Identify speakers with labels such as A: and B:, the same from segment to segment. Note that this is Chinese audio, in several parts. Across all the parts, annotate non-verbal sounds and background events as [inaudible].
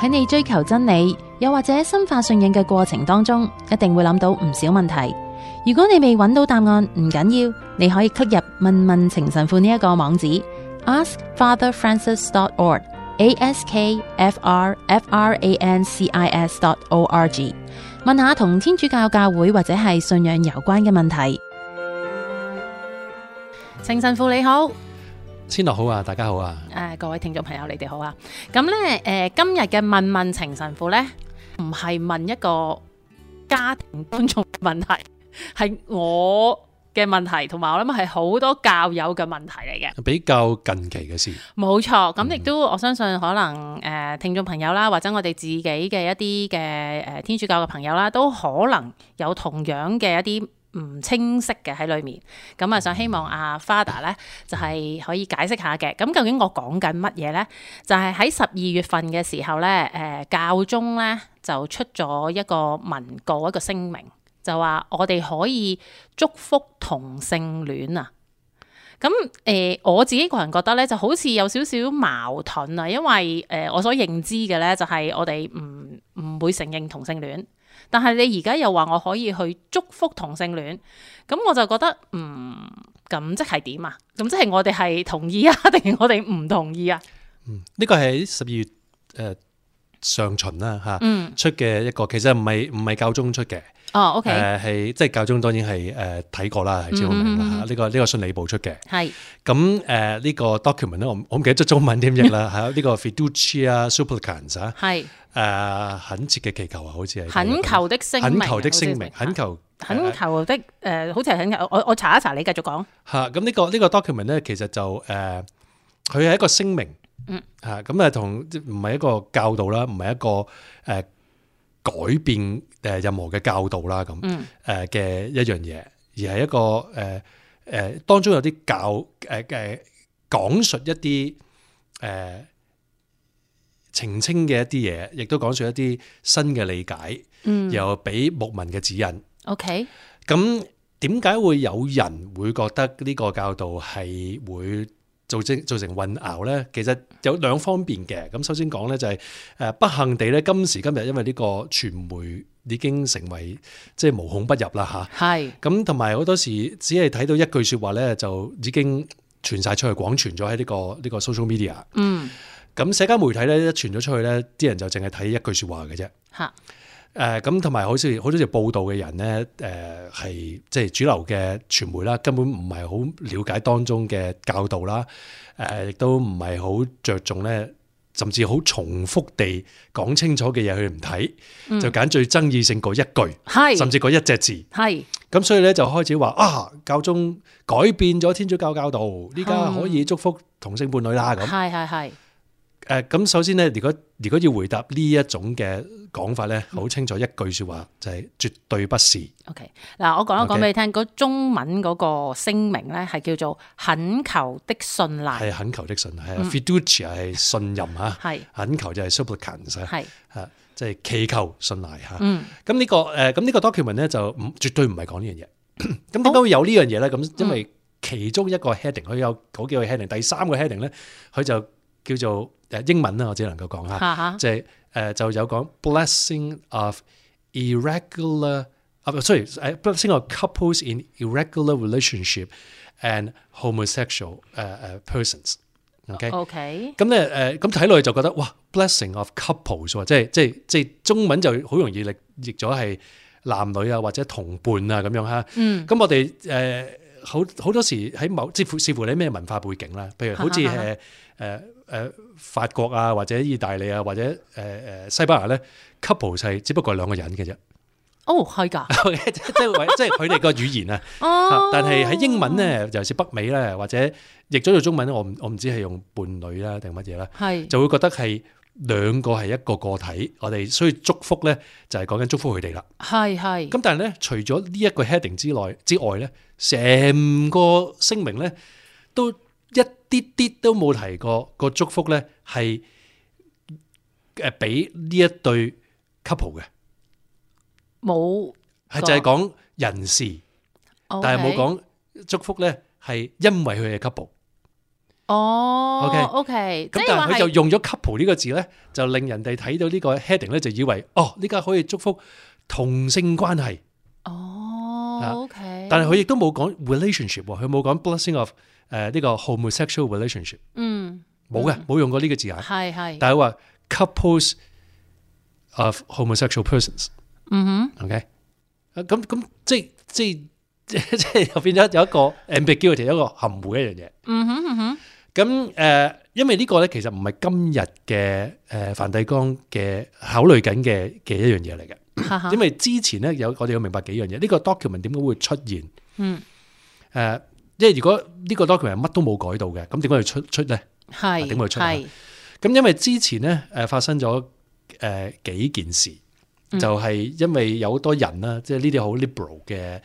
A: 喺你追求真理，又或者深化信仰嘅過程當中，一定會諗到唔少問題。如果你未揾到答案，唔緊要，你可以 click 入問問情神父呢一個網址 askfatherfrancis.org，askfrfrancis.org，問下同天主教教會或者係信仰有關嘅問題。情神父你好。
B: 千樂好啊，大家好啊，
A: 誒、各位聽眾朋友，你哋好啊！咁咧誒，今日嘅問問情神父咧，唔係問一個家庭觀眾嘅問題，係我嘅問題，同埋我諗係好多教友嘅問題嚟嘅。
B: 比較近期嘅事，
A: 冇錯，咁亦都我相信可能誒、呃、聽眾朋友啦，或者我哋自己嘅一啲嘅誒天主教嘅朋友啦，都可能有同樣嘅一啲。唔清晰嘅喺裏面，咁啊想希望阿 Father 咧就係、可以解釋下嘅。咁究竟我講緊乜嘢咧？就係喺十二月份嘅時候咧，誒、教宗咧就出咗一個文告一個聲明，就話我哋可以祝福同性戀啊。咁誒、呃我自己個人覺得咧，就好似有少少矛盾啊，因為誒、呃我所認知嘅咧，就係我哋唔唔會承認同性戀，但係你而家又話我可以去祝福同性戀，咁我就覺得嗯，咁即係點啊？咁即係我哋係同意啊， [laughs] 定係我哋唔同意啊？
B: 嗯，呢個係十二月誒上旬啦吓
A: 嗯，
B: 出嘅一個，其實唔係唔係教宗出嘅，
A: 哦，OK，
B: 誒係即係教宗當然係誒睇過啦，係知好明啦嚇呢個呢個信理部出嘅，
A: 係
B: 咁誒呢個 document 咧，我唔我唔記得咗中文點
A: [laughs]
B: 譯啦嚇，呢個 fiducia supplicans 啊，
A: 係
B: 誒懇切嘅祈求啊，好似係
A: 懇求的聲明，
B: 懇求的聲明，
A: 好似
B: 懇求誒
A: 懇求的誒、呃好似係懇求，我我查一查，你繼續講，
B: 嚇，咁呢、個呢、個 document 咧，其實就誒，呃佢、係一個聲明，
A: 嗯
B: 嚇，咁啊同唔係一個教導啦，唔係一個誒、呃改變誒任何嘅教導啦，咁
A: 嗯
B: 誒嘅一樣嘢，而係一個誒誒、呃當中有啲教誒誒、呃講述一啲誒、呃澄清嘅一啲嘢，亦都講述一啲新嘅理解，
A: 嗯
B: 又俾牧民嘅指引。
A: ，OK，
B: 咁點解會有人會覺得呢個教導係會造成造成混淆呢？其實有兩方面嘅。咁首先講呢，就係誒不幸地呢，今時今日因為呢個傳媒已經成為即係無孔不入啦吓。
A: 係。
B: 咁同埋好多時只係睇到一句説話呢，就已經傳晒出去，廣傳咗喺呢個呢個 social media。
A: 嗯，
B: 咁社交媒體呢，一傳咗出去呢，啲人就淨係睇一句説話嘅啫。
A: 吓，
B: 誒呃咁同埋好似好多時報道嘅人咧，誒係即係主流嘅傳媒啦，根本唔係好了解當中嘅教導啦，呃誒亦都唔係好着重咧，甚至好重複地講清楚嘅嘢佢唔睇，就揀最爭議性嗰一句，甚
A: 係
B: 至嗰一隻字，
A: 係
B: 咁所以咧就開始話啊，教宗改變咗天主教教導，呢家可以祝福同性伴侶啦咁。
A: 係係係，
B: 誒呃咁首先咧，如果如果要回答呢一種嘅講法咧，好清楚一句説話就係、絕對不是。
A: OK，嗱，我講一講
B: OK
A: 俾你聽，嗰中文嗰個聲明咧係叫做懇求的信賴，
B: 係懇求的信，係 fiducia 係信任嚇，
A: 係
B: 懇求就係 supplicans 啊
A: 係，
B: 嚇，即係祈求信賴嚇。
A: 嗯
B: 咁呢、個誒咁呢個 document 咧就唔絕對唔係講呢樣嘢。咁點解會有呢樣嘢咧？咁因為其中一個 heading，佢有好幾個 heading，第三個 heading 咧，佢就叫做誒英文啦，我只能夠講嚇。
A: 嚇嚇，
B: 就係、誒、就有講 blessing of irregular 啊唔係，sorry，誒 blessing of couples in irregular relationship and homosexual 誒、誒 persons。OK，
A: OK，
B: 咁咧誒咁睇落去就覺得哇，blessing of couples 喎，即係即係即係中文就好容易譯譯咗係男女啊或者同伴啊咁樣嚇。
A: 嗯
B: 咁我哋誒好好多時喺某即乎視乎你咩文化背景啦，譬如好似誒誒誒法國啊，或者意大利啊，或者誒誒西班牙咧，couple 係只不過係兩個人嘅啫， [laughs]
A: 哦係㗎，
B: 即即係即係佢哋個語言啊。
A: 哦，
B: 但係喺英文咧，尤其是北美咧，或者譯咗做中文，我唔我唔知係用伴侶啦定乜嘢啦，
A: 係
B: 就會覺得係兩個係一個個體，我哋所以祝福咧就係講緊祝福佢哋啦。
A: 係係，
B: 咁但係咧，除咗呢一個 heading 之內之外咧，成個聲明咧都一啲啲都冇提過個祝福咧係誒俾呢一對 couple 嘅，
A: 冇，
B: 係
A: 個
B: 就係講人士，但係冇
A: OK，
B: 講祝福咧係因為佢哋 couple。
A: 哦
B: OK
A: ，OK，即
B: 咁
A: 係
B: 但
A: 話
B: 係佢就
A: 係
B: 用咗 couple 呢個字咧，就令人哋睇到呢個 heading 咧，就以為哦呢家可以祝福同性關係，
A: 哦
B: 啊
A: ，OK，
B: 但係佢亦都冇講 relationship，喎佢冇講 blessing of 誒、呢個 homosexual relationship，
A: 嗯
B: 冇嘅，冇用過呢個字眼。
A: 係係，
B: 但係佢話 couples of homosexual persons。Uh,
A: 嗯哼，
B: OK，啊咁咁即係即係即係又變咗 [laughs] 有一個 ambiguity，一個含糊嘅一樣嘢。
A: 嗯哼嗯哼，
B: 咁誒、呃因為呢個咧其實唔係今日嘅誒梵蒂岡嘅考慮緊嘅嘅一樣嘢嚟嘅，
A: 哈哈
B: 因，為之前咧有我哋要明白幾樣嘢，呢、個 document 點解會出現？誒、
A: 嗯
B: 因為如果呢個 document 係乜都冇改到嘅，咁點解要出出咧？
A: 係
B: 啊頂佢出
A: 係，
B: 咁因為之前咧誒發生咗誒、呃、幾件事，
A: 嗯
B: 就係因為有好多人啦，即係呢啲好 liberal 嘅誒、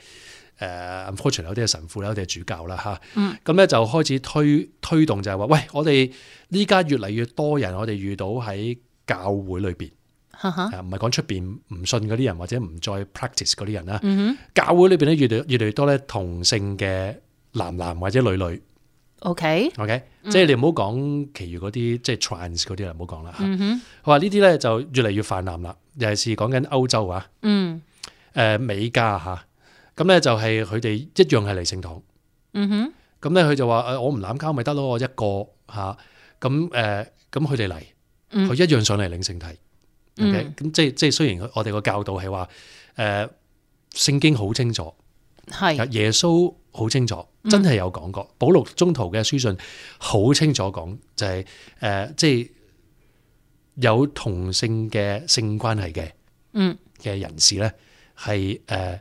B: 呃、，unfortunately 有啲係神父啦，有啲係主教啦吓，
A: 嗯
B: 咁咧、就開始推推動就係話，喂，我哋呢家越嚟越多人，我哋遇到喺教會裏邊，
A: 哈哈，
B: 啊唔係講出邊唔信嗰啲人或者唔再 practice 嗰啲人啦，
A: 嗯哼
B: 教會裏邊咧越嚟越嚟越多咧同性嘅男男或者女女
A: ，OK，
B: ，OK，、即
A: 嗯
B: 係你唔好講其餘嗰啲即係 trans 嗰啲啦，唔好講啦嚇
A: 嗯哼，
B: 佢話呢啲咧就越嚟越泛濫啦，尤其是講緊歐洲啊，
A: 嗯
B: 誒、美加嚇，咁咧就係佢哋一樣係嚟聖堂，
A: 嗯哼，
B: 咁咧佢就話誒我唔攬交咪得咯，我一個嚇，咁誒咁佢哋嚟，
A: 嗯
B: 佢一樣上嚟領聖體
A: 嗯
B: ，OK，咁即係即係雖然我哋個教導係話誒聖經好清楚，
A: 係，
B: 啊耶穌好清楚，真係有講過，保羅中途嘅書信好清楚講就係、誒即係有同性嘅性關係嘅。
A: 嗯
B: 嘅人士咧，係誒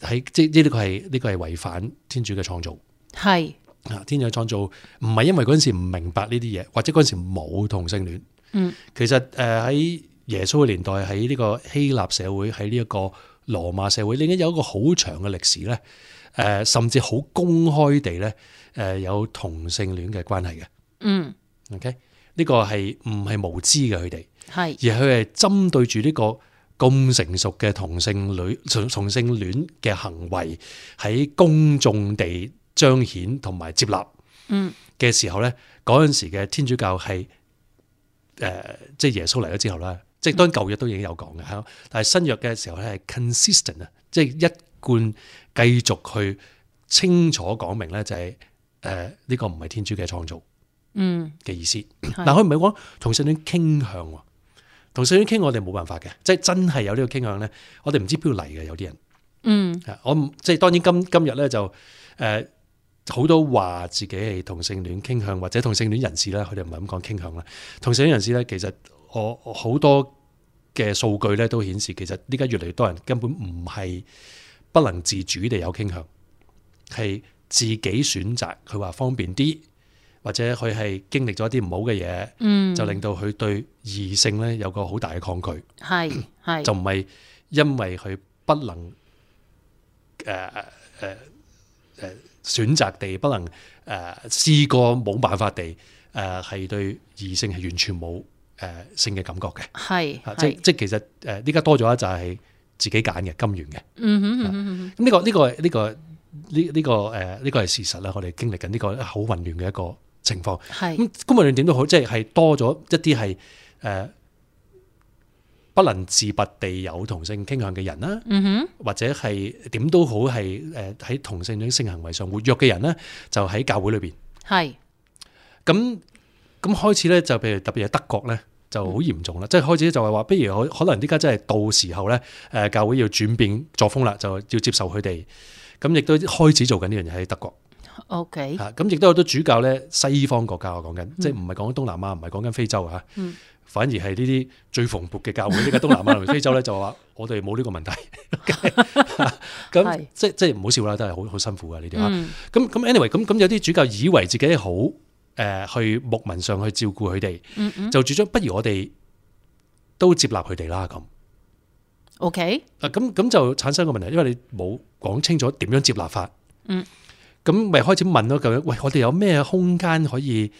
B: 喺即係呢個係呢個係違反天主嘅創造
A: 係，
B: 啊！天主嘅創造唔係因為嗰陣時唔明白呢啲嘢，或者嗰陣時冇同性戀。
A: 嗯，
B: 其實誒呃喺耶穌嘅年代，喺呢個希臘社會，喺呢一個羅馬社會，已經有一個好長嘅歷史咧。誒，甚至好公開地咧，誒有同性戀嘅關係嘅。
A: 嗯
B: OK，呢個係唔係無知嘅佢哋？
A: 係，
B: 而佢係針對住呢個咁成熟嘅同性戀同同性戀嘅行為喺公眾地彰顯同埋接納
A: 嗯
B: 嘅時候咧，嗰陣時嘅天主教係誒、呃即係耶穌嚟咗之後啦，即係當然舊約都已經有講嘅嚇，但係新約嘅時候咧係 consistent 啊，即係一貫繼續去清楚講明咧就係誒呢個唔係天主嘅創造。
A: 嗯
B: 嘅意思。但佢唔係講同性戀傾向喎，同性戀傾我哋冇辦法嘅，即係真係有呢個傾向咧，我哋唔知邊度嚟嘅有啲人。
A: 嗯
B: 啊我唔即係當然今今日咧就誒好、多話自己係同性戀傾向或者同性戀人士咧，佢哋唔係咁講傾向啦。同性戀人士咧，其實我我好多嘅數據咧都顯示，其實呢家越嚟越多人根本唔係不能自主地有傾向，係自己選擇。佢話方便啲，或者佢係經歷咗一啲唔好嘅嘢，
A: 嗯，
B: 就令到佢對異性咧有個好大嘅抗拒。
A: 係係，
B: 就唔係因為佢不能呃誒誒誒呃選擇地不能誒、呃、試過冇辦法地誒係、對異性係完全冇誒、呃性嘅感覺嘅，
A: 係
B: 啊、即
A: 係，
B: 即其實誒呢家多咗一就係自己揀嘅金元嘅，
A: 嗯哼嗯哼
B: 啊
A: 嗯哼。
B: 咁呢、個呢、個呢、個呢呢、個呃誒呢、個係事實啦，我哋經歷緊呢個好混亂嘅一個情況。
A: 係
B: 咁公務員點都好，即係係多咗一啲係誒不能自拔地有同性傾向嘅人啦，
A: 嗯哼，
B: 或者係點都好係誒喺同性戀性行為上活躍嘅人咧，就喺教會裏邊。
A: 係
B: 咁咁開始咧，就譬如特別係德國咧。就好嚴重啦，即係開始就係話，不如可可能呢家真係到時候咧，誒、教會要轉變作風啦，就要接受佢哋，咁亦都開始做緊呢樣嘢喺德國。
A: ，OK，
B: 嚇，啊咁亦都有好多主教咧，西方國家我講緊，即係唔係講東南亞，唔係講緊非洲啊，
A: 嗯
B: 反而係呢啲最蓬勃嘅教會，呢家東南亞同非洲咧就話 [laughs] 我哋冇呢個問題。
A: [laughs]
B: 咁
A: 係
B: 即即係唔好笑啦，真係好好辛苦啊呢啲啊。
A: 嗯
B: 咁咁 anyway，咁咁有啲主教以為自己好誒、呃去牧民上去照顧佢哋，
A: 嗯嗯
B: 就主張不如我哋都接納佢哋啦咁。
A: ，OK，
B: 啊，咁咁就產生一個問題，因為你冇講清楚點樣接納法。
A: 嗯。
B: 咁咪開始問咯，究竟喂，我哋有咩空間可以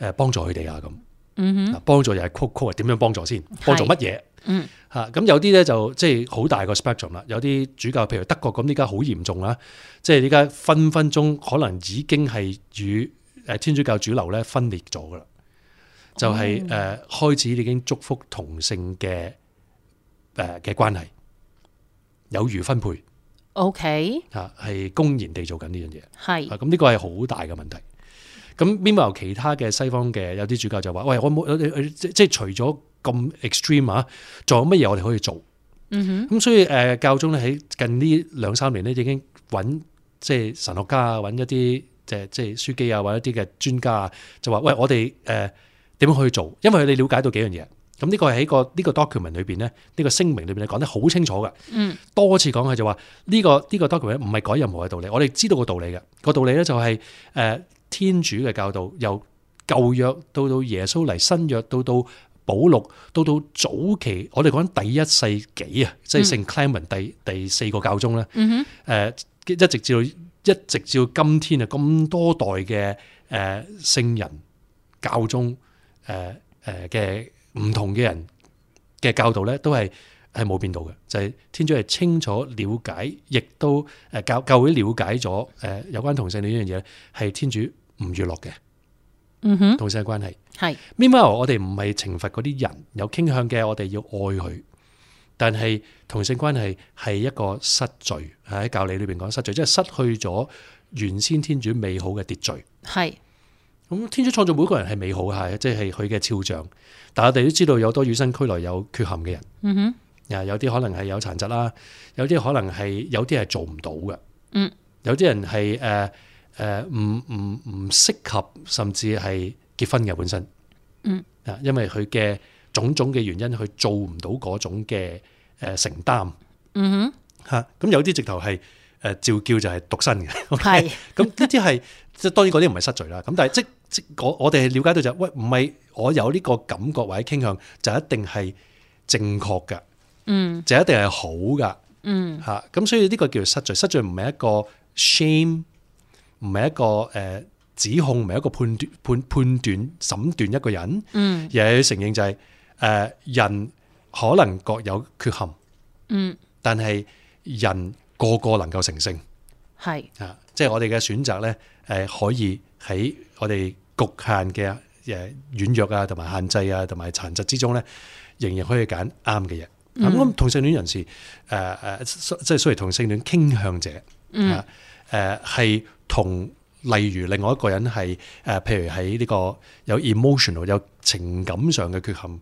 B: 誒幫助佢哋啊？咁
A: 嗯
B: 嗱，幫助又係 quote quote 點樣幫助先？幫助乜嘢？
A: 嗯
B: 嚇，咁有啲咧就即係好大個 spectrum 啦，有啲主教譬如德國咁，呢家好嚴重啦，即係呢家分分鐘可能已經係與誒天主教主流咧分裂咗噶啦，就係、
A: 哦
B: 誒、開始已經祝福同性嘅誒嘅關係，有如分配
A: OK，
B: 嚇，係、公然地做緊呢樣嘢。
A: 係
B: 啊，咁呢個係好大嘅問題。咁 m e a 其他嘅西方嘅有啲主教就話：喂，我冇我我即即係除咗咁 extreme 啊，仲有乜嘢我哋可以做？嗯哼。咁所以誒、呃教宗咧喺近呢兩三年咧已經揾即係神學家啊，揾一啲即係即係書記啊，或者一啲嘅專家啊，就話：喂，我哋呃誒點樣可以做？因為佢哋了解到幾樣嘢。咁呢個係喺個呢個 document 裏邊咧，呢、個聲明裏邊咧講得好清楚嘅。
A: 嗯，
B: 多次講佢就話呢、個呢、個 document 唔係改任何嘅道理，我哋知道個道理嘅個道理咧就係、呃天主嘅教導，由舊約到到耶穌嚟，新約到到保祿，到到早期，我哋講緊第一世紀啊，即係聖 Clement 第第四個教宗咧，誒、
A: 嗯
B: 一直至到一直至到今天啊，咁多代嘅誒、呃、聖人教宗誒誒嘅唔同嘅人嘅教導咧，都係係冇變到嘅，就係、天主係清楚了解，亦都誒教教會了解咗誒有關同性戀呢樣嘢，係天主唔娛樂嘅
A: 嗯哼，
B: 同性嘅關係。
A: 係
B: Meanwhile，我哋唔係懲罰嗰啲人有傾向嘅，我哋要愛佢。但係同性關係係一個失罪，喺教理裏邊講失罪，即係失去咗原先天主美好嘅秩序。
A: 係
B: 咁天主創造每個人係美好嘅，係即係佢嘅肖像。但係我哋都知道有多與生俱來有缺陷嘅人，
A: 嗯哼，
B: 啊有啲可能係有殘疾啦，有啲可能係有啲係做唔到嘅，
A: 嗯，
B: 有啲人係誒誒唔唔唔適合，甚至係結婚嘅本身，
A: 嗯，
B: 啊因為佢嘅種種嘅原因，佢做唔到嗰種嘅誒承擔
A: 嗯
B: 嚇。咁有啲直頭係誒召叫就係獨身嘅。 [laughs]
A: 哼，係
B: 咁呢啲係即係當然嗰啲唔係失罪啦。咁但係即即我我哋係了解到就係喂唔係我有呢個感覺或者傾向就一定係正確㗎，
A: 嗯
B: 就一定係好㗎
A: 嗯
B: 嚇。咁、所以呢個叫做失罪，失罪唔係一個 shame，唔係一個誒、呃指控，唔係一個判斷判判斷審斷一個人，
A: 嗯
B: 而係要承認就係、呃人可能各有缺陷，
A: 嗯
B: 但係人個個能夠成聖。
A: 係
B: 啊，即係我哋嘅選擇咧，誒、可以喺我哋局限嘅誒軟弱啊，同埋限制啊，同埋殘疾之中咧，仍然可以揀啱嘅嘢。咁、咁同性戀人士誒誒、呃即係雖然同性戀傾向者，啊誒係同例如另外一個人係誒、呃譬如喺呢個有 emotional 有情感上嘅缺陷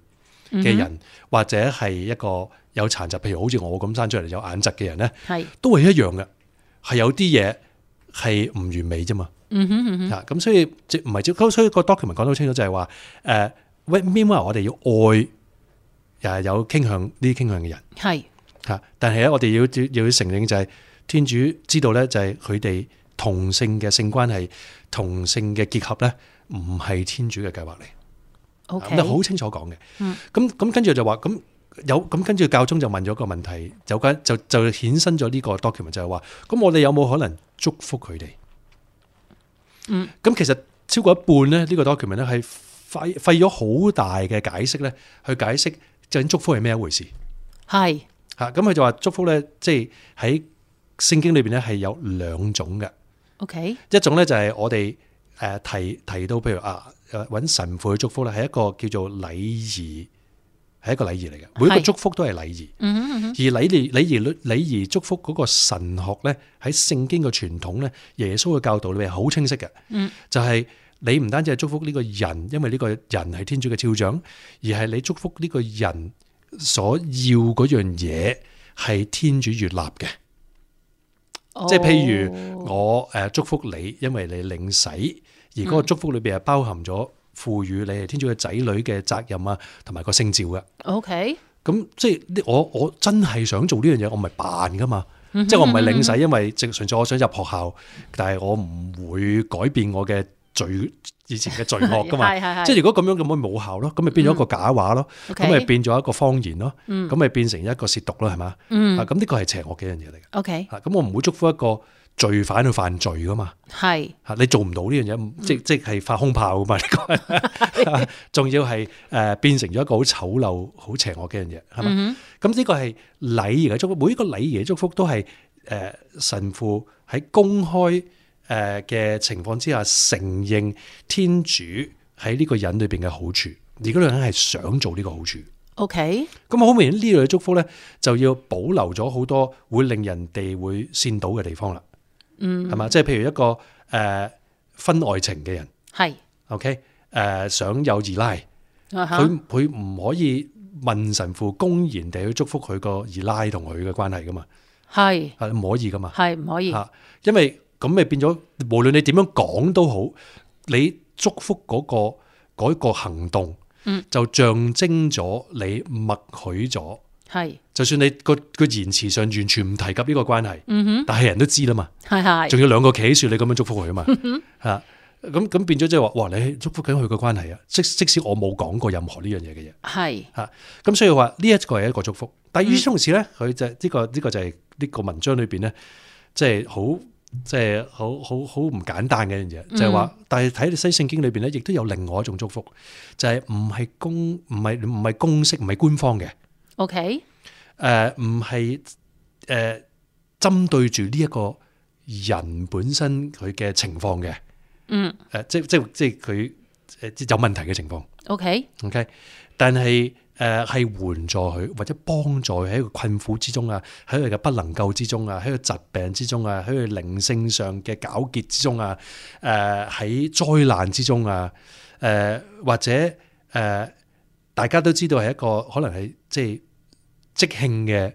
B: 嘅人，或者係一個有殘疾，譬如好似我咁生出嚟有眼疾嘅人咧。
A: 係
B: 都係一樣嘅，係有啲嘢係唔完美啫嘛。
A: 嗯哼嗯
B: 啊，咁所以即唔係咁，所以個 document 講得好清楚就係話，誒喂 m e a n 我哋要愛誒有傾向呢啲傾向嘅人
A: 哼係
B: 嚇，但係咧我哋要要要承認就係、天主知道咧，就係佢哋同性嘅性關係、同性嘅結合咧，唔係天主嘅計劃嚟。
A: OK
B: 啊咁就好清楚講嘅。
A: 嗯
B: 咁咁跟住就話咁有咁跟住教宗就問咗個問題，有關就就衍生咗呢個 document 就係話，咁我哋有冇可能祝福佢哋？
A: 嗯，
B: 咁其實超過一半咧，呢、個 document 咧係費費咗好大嘅解釋咧，去解釋究竟祝福係咩一回事
A: 係
B: 嚇。咁佢就話祝福咧，即係喺聖經裏邊咧係有兩種嘅。
A: OK
B: 一種咧就係我哋誒提提到，譬如啊誒揾神父去祝福咧，係一個叫做禮儀，係一個禮儀嚟嘅。每一個
A: 係
B: 祝福都係禮儀，
A: 嗯哼嗯哼
B: 而禮儀禮儀禮儀祝福嗰個神學咧，喺聖經嘅傳統咧，耶穌嘅教導裏面係好清晰嘅。
A: 嗯，
B: 就係你唔單止係祝福呢個人，因為呢個人係天主嘅肖像，而係你祝福呢個人所要嗰樣嘢係天主悅納嘅。即係譬如
A: 哦
B: 我誒祝福你，因為你領洗，而
A: 嗯
B: 嗰個祝福裏邊係包含咗賦予你係天主嘅仔女嘅責任啊，同埋個聖召嘅。
A: OK
B: 咁即係呢我我真係想做呢樣嘢，我唔係扮噶嘛。
A: 嗯
B: 即係我唔係領洗，因為淨純粹我想入學校，但係我唔會改變我嘅罪以前嘅罪惡噶嘛。
A: [laughs] 係係係嗯
B: 即係如果咁樣咁咪冇效咯，咁咪變咗一個假話咯，
A: OK
B: 咁咪變咗一個謊言咯，咁咪變成一個褻瀆咯，係嘛？
A: 嗯
B: 啊，咁呢個係邪惡嘅一樣嘢嚟嘅。
A: OK
B: 啊，咁我唔會祝福一個罪犯去犯罪噶嘛，
A: 係
B: 嚇你做唔到呢樣嘢唔，即即係發空炮噶嘛，呢個係仲要係誒變成咗一個好醜陋、好邪惡嘅樣嘢，係嘛？咁呢個係呃禮儀嘅祝福，每一個禮儀嘅祝福都係誒神父喺公開誒嘅情況之下，承認天主喺呢個人裏邊嘅好處，而嗰個人係想做呢個好處。
A: OK，
B: 咁好明顯呢類嘅祝福咧，就要保留咗好多會令人哋會煽倒嘅地方啦。嗯，係嘛？即係譬如一個誒、呃婚外情嘅人
A: 係
B: ，OK，誒、想呃有二奶，
A: 啊哈
B: 佢佢唔可以問神父公然地去祝福佢個二奶同佢嘅關係噶嘛，
A: 係
B: 係唔可以噶嘛。
A: 係唔可以
B: 嚇，因為咁咪變咗，無論你點樣講都好，你祝福嗰、個嗰、個行動，
A: 嗯
B: 就象徵咗你默許咗。
A: 係
B: 就算你個個言辭上完全唔提及呢個關係，
A: 嗯
B: 但係人都知啦嘛，
A: 哼係係嗯
B: 仲有兩個企樹你咁樣祝福佢啊嘛，嚇咁咁變咗即係話，哇！你祝福緊佢個關係啊，即即使我冇講過任何呢樣嘢嘅嘢，
A: 係
B: 咁所以話呢一個係一個祝福，
A: 嗯
B: 但係與此同時咧，佢就呢、個呢、個就係呢個文章裏邊咧，即係好即係好好好唔簡單嘅一樣
A: 嗯
B: 嘢，就係話，但係睇你西聖經裏邊咧，亦都有另外一種祝福，就係唔係公唔係唔係公式唔係官方嘅。
A: OK
B: 誒呃唔係誒針對住呢一個人本身佢嘅情況嘅，
A: 嗯
B: 誒、即即即佢誒即有問題嘅情況
A: OK
B: ，OK，但係誒係援助佢或者幫助佢喺一個困苦之中啊，喺佢嘅不能夠之中啊，喺佢疾病之中啊，喺佢靈性上嘅糾結之中啊，誒、喺災難之中啊，誒、或者誒、大家都知道係一個可能係即係。即興嘅，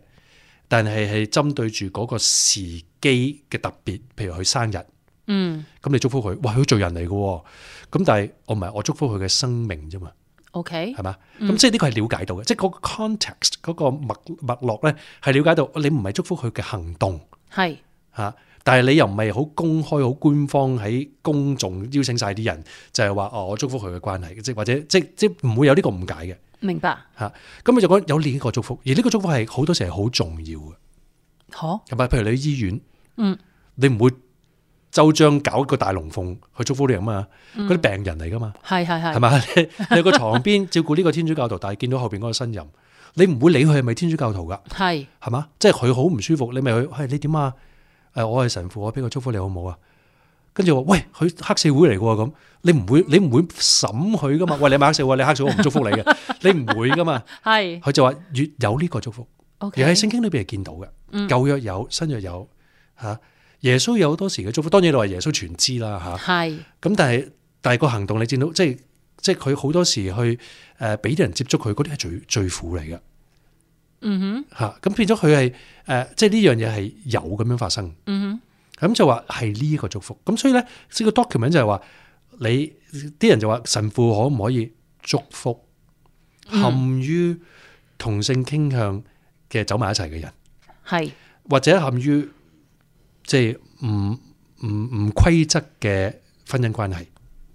B: 但係係針對住嗰個時機嘅特別，譬如佢生日，
A: 嗯
B: 咁你祝福佢，哇，佢罪人嚟嘅喎，咁但係我唔係我祝福佢嘅生命啫嘛，
A: OK
B: 係嘛？咁即係呢個係了解到嘅，即係嗰個 context 嗰個脈脈絡咧係了解到，你唔係祝福佢嘅行動
A: 係
B: 嚇。但係你又唔係好公開、好官方喺公眾邀請晒啲人，就係話哦，我祝福佢嘅關係，即係或者即即唔會有呢個誤解嘅
A: 明白
B: 嚇。咁啊佢就講有呢個祝福，而呢個祝福係好多時係好重要嘅。
A: 可
B: 係咪？譬如你去醫院，
A: 嗯，
B: 你唔會周章搞個大龍鳳去祝福你啊嘛，嗰啲病人嚟噶嘛，
A: 係係
B: 係
A: 係
B: 咪？你 [laughs] 你去個床邊照顧呢個天主教徒，但係見到後邊嗰個新人，你唔會理佢係咪天主教徒噶，
A: 係
B: 係嘛？即係佢好唔舒服，你咪去，喂你點啊？誒，我係神父，我俾個祝福你好唔好啊？跟住話，喂，佢黑社會嚟嘅喎，咁你唔會你唔會審佢噶嘛？喂，你係咪黑社會，你黑社會我唔祝福你嘅，你唔會噶嘛？
A: 係
B: 佢就話越有呢個祝福。
A: OK
B: 而喺聖經裏邊係見到嘅，舊約有，新約有嚇、耶穌有好多時嘅祝福，當然你話耶穌全知啦嚇。
A: 係
B: 咁、但係但係個行動你見到，即係即係佢好多時去誒俾啲人接觸佢，嗰啲係罪罪苦嚟嘅
A: 嗯哼
B: 嚇。咁、變咗佢係誒，即係呢樣嘢係有咁樣發生。
A: 嗯
B: 咁就話係呢一個祝福。咁所以咧，呢個 document 就係話你啲人就話神父可唔可以祝福
A: 嗯
B: 陷於同性傾向嘅走埋一齊嘅人？
A: 哼係
B: 或者陷於即係唔唔唔規則嘅婚姻關係，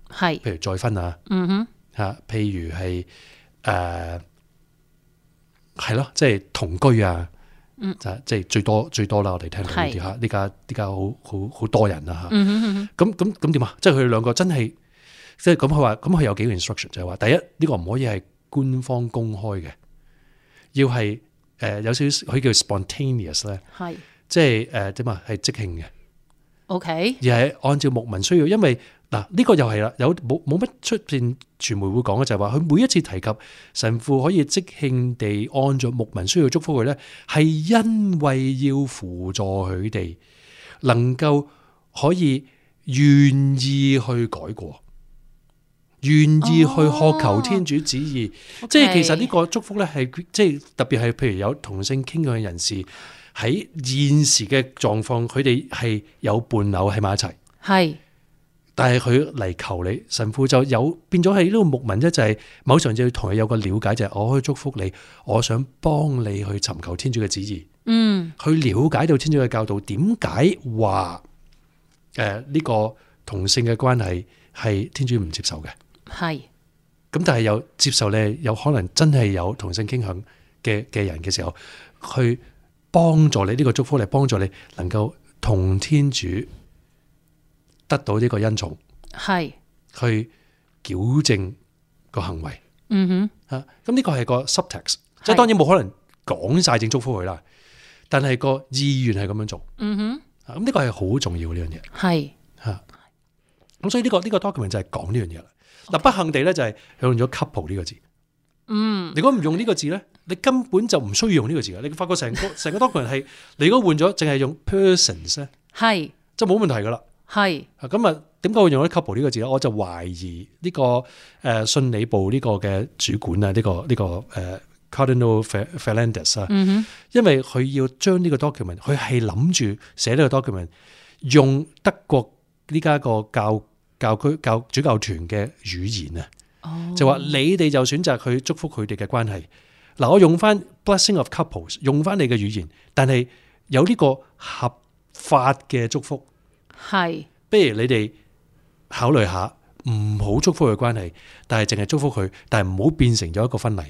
A: 係
B: 譬如再婚啊
A: 嗯哼
B: 嚇，譬如係誒係咯，即係同居啊，
A: 嗯
B: 就即係最多最多啦，我哋聽到呢啲
A: 係
B: 嚇，呢家呢家好好好多人啦嚇，
A: 嗯哼嗯哼
B: 咁咁咁點啊？即係佢哋兩個真係即係咁，佢話咁佢有幾個 instruction 就係話，第一呢、個唔可以係官方公開嘅，要係誒、呃有少少佢叫 spontaneous 咧。
A: 係
B: 即係誒點啊，係即興嘅，
A: OK
B: 而係按照牧民需要，因為嗱呢個又係啦，有冇冇乜出邊傳媒會講嘅就係話，佢每一次提及神父可以即興地按照牧民需要祝福佢咧，係因為要輔助佢哋能夠可以願意去改過，願意去渴求天主旨意。即係其實呢個祝福咧，係即係特別係譬如有同性傾向嘅人士喺現時嘅狀況，佢哋係有伴侶喺埋一齊，
A: 係
B: 但係佢嚟求你，神父就有變咗喺呢個牧民啫，就係某程度要同佢有個了解，就係我可以祝福你，我想幫你去尋求天主嘅旨意，
A: 嗯
B: 去了解到天主嘅教導，點解話誒呢個同性嘅關係係天主唔接受嘅？
A: 係
B: 咁但係又接受咧，有可能真係有同性傾向嘅嘅人嘅時候，去幫助你呢、個祝福嚟幫助你能夠同天主得到呢個恩寵，
A: 係
B: 去矯正個行為
A: 嗯哼
B: 啊。咁呢個係個 subtext，即係
A: 係
B: 當然冇可能講晒正祝福佢啦，但係個意願係咁樣做
A: 嗯哼
B: 啊。咁呢個係好重要呢樣嘢
A: 係
B: 嚇。咁所以呢、個呢、個 document 就係講呢樣嘢啦。嗱不幸地咧就係佢用咗 couple 呢個字。嗯，如果唔用呢個字咧，你根本就唔需要用呢個字嘅。你發覺成個成個 document 係你如果換咗，淨係用 persons 咧，
A: 係
B: 就冇問題噶啦。
A: 係
B: 啊咁啊，點解會用咗 couple 呢個字咧？我就懷疑呢、個誒、呃信理部呢個嘅主管啊，呢、個呢、個誒、呃 Cardinal Fer- Fernandez 啊，
A: 嗯哼
B: 因為佢要將呢個 document，佢係諗住寫呢個 document，用德國呢家個教教區教主教團嘅語言啊，
A: 哦
B: 就話你哋就選擇去祝福佢哋嘅關係。嗱，我用翻 blessing of couples，用翻你嘅語言，但係有呢個合法嘅祝福。
A: 係
B: 不如你哋考慮下，唔好祝福佢關係，但係淨係祝福佢，但係唔好變成咗一個婚禮，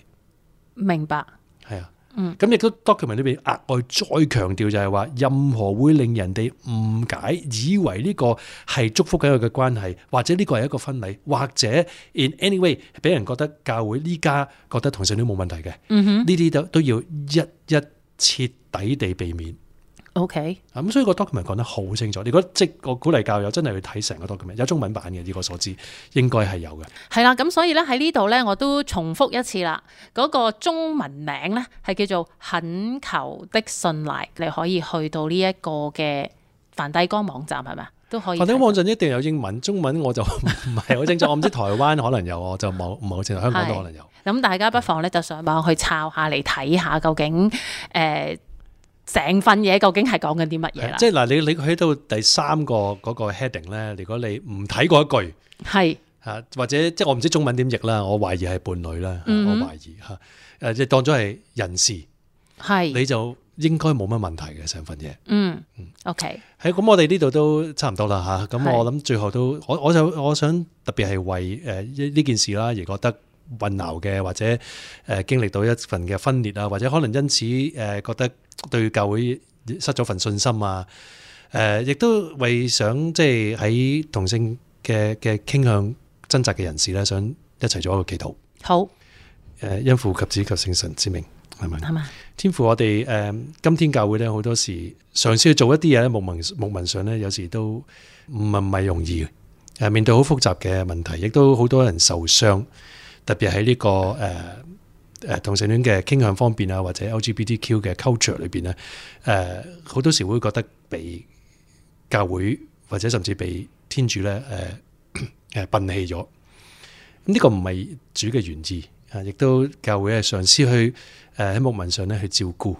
A: 明白
B: 係啊。
A: 嗯
B: 咁亦都 document 裏邊額外再強調就係話，任何會令人哋誤解，以為呢個係祝福緊佢嘅關係，或者呢個係一個婚禮，或者 in any way 俾人覺得教會呢家覺得同性戀冇問題嘅，
A: 嗯哼
B: 呢啲都都要一一徹底地避免。
A: OK
B: 啊咁所以個 document 講得好清楚。如果即係我鼓勵教友真係去睇成個 document，有中文版嘅，以我所知應該係有嘅。
A: 係啦，咁所以咧喺呢度咧，我都重複一次啦。嗰、個中文名咧係叫做懇求的信賴，你可以去到呢一個嘅梵蒂岡網站係咪啊都可以睇
B: 或
A: 到。
B: 者網上一定有英文，中文我就 [laughs] 唔係好清楚。我唔知台灣可能有，我就冇唔係好清楚。香港都可能有。
A: 咁大家不妨咧就上網去抄下嚟睇下，究竟誒成、份嘢究竟係講緊啲乜嘢啦
B: 係？即係嗱，你你喺到第三個嗰個 heading 咧，如果你唔睇過一句
A: 係
B: 嚇，或者即係我唔知中文點譯啦，我懷疑係伴侶啦，啊
A: 嗯
B: 我懷疑嚇誒，即係當咗係人事，
A: 係
B: 你就應該冇乜問題嘅成份嘢。
A: 嗯 OK
B: 係咁，我哋呢度都差唔多啦吓，咁
A: 係
B: 我諗最後都，我我就我想特別係為誒呢呢件事啦，而覺得混淆嘅，或者誒、呃、經歷到一份嘅分裂啊，或者可能因此誒、呃、覺得對教會失咗份信心啊，誒、亦都為想即係喺同性嘅嘅傾向掙扎嘅人士咧，想一齊做一個祈禱。
A: 好
B: 誒、因父及子及聖神之名，係咪？
A: 係嘛？
B: 天父，我哋誒、嗯今天教會咧，好多時嘗試去做一啲嘢咧，牧民牧民上咧，有時都唔係唔係容易嘅。誒，面對好複雜嘅問題，亦都好多人受傷，特別喺呢、個誒誒、同性戀嘅傾向方面啊，或者 LGBTQ 嘅 culture 裏邊咧，誒、好多時會覺得被教會或者甚至被天主咧 [coughs] 誒誒擯棄咗。呢個唔係主嘅原意啊，亦都教會係嘗試去呃誒喺牧民上咧去照顧。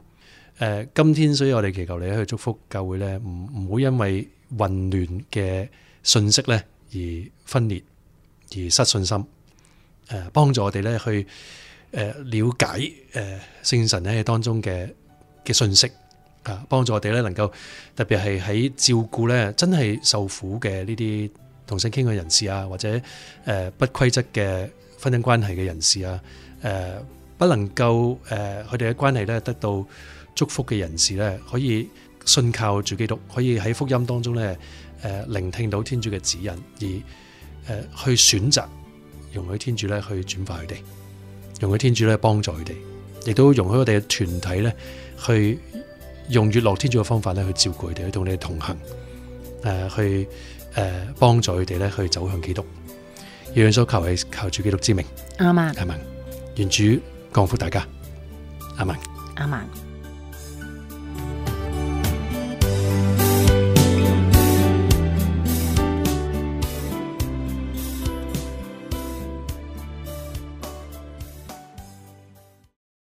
B: 誒、今天所以我哋祈求你去祝福教會咧，唔唔好因為混亂嘅信息咧而分裂，而失信心。誒、幫助我哋咧去誒、呃了解誒、聖神喺當中嘅嘅信息啊，幫助我哋咧能夠特別係喺照顧咧真係受苦嘅呢啲同性傾向人士啊，或者誒、不規則嘅婚姻關係嘅人士啊，誒、不能夠誒佢哋嘅關係咧得到祝福嘅人士咧，可以信靠主基督，可以喺福音當中咧誒、聆聽到天主嘅指引，而誒、去選擇容許天主咧去轉化佢哋，容許天主咧幫助佢哋，亦都容許我哋嘅團體咧去用悅樂天主嘅方法咧去照顧佢哋，去同你哋同行，誒、去誒、呃幫助佢哋咧去走向基督。以上所求係靠主基督之名，
A: 啱啊
B: 阿門。願主降福大家，阿門。
A: 啱啊！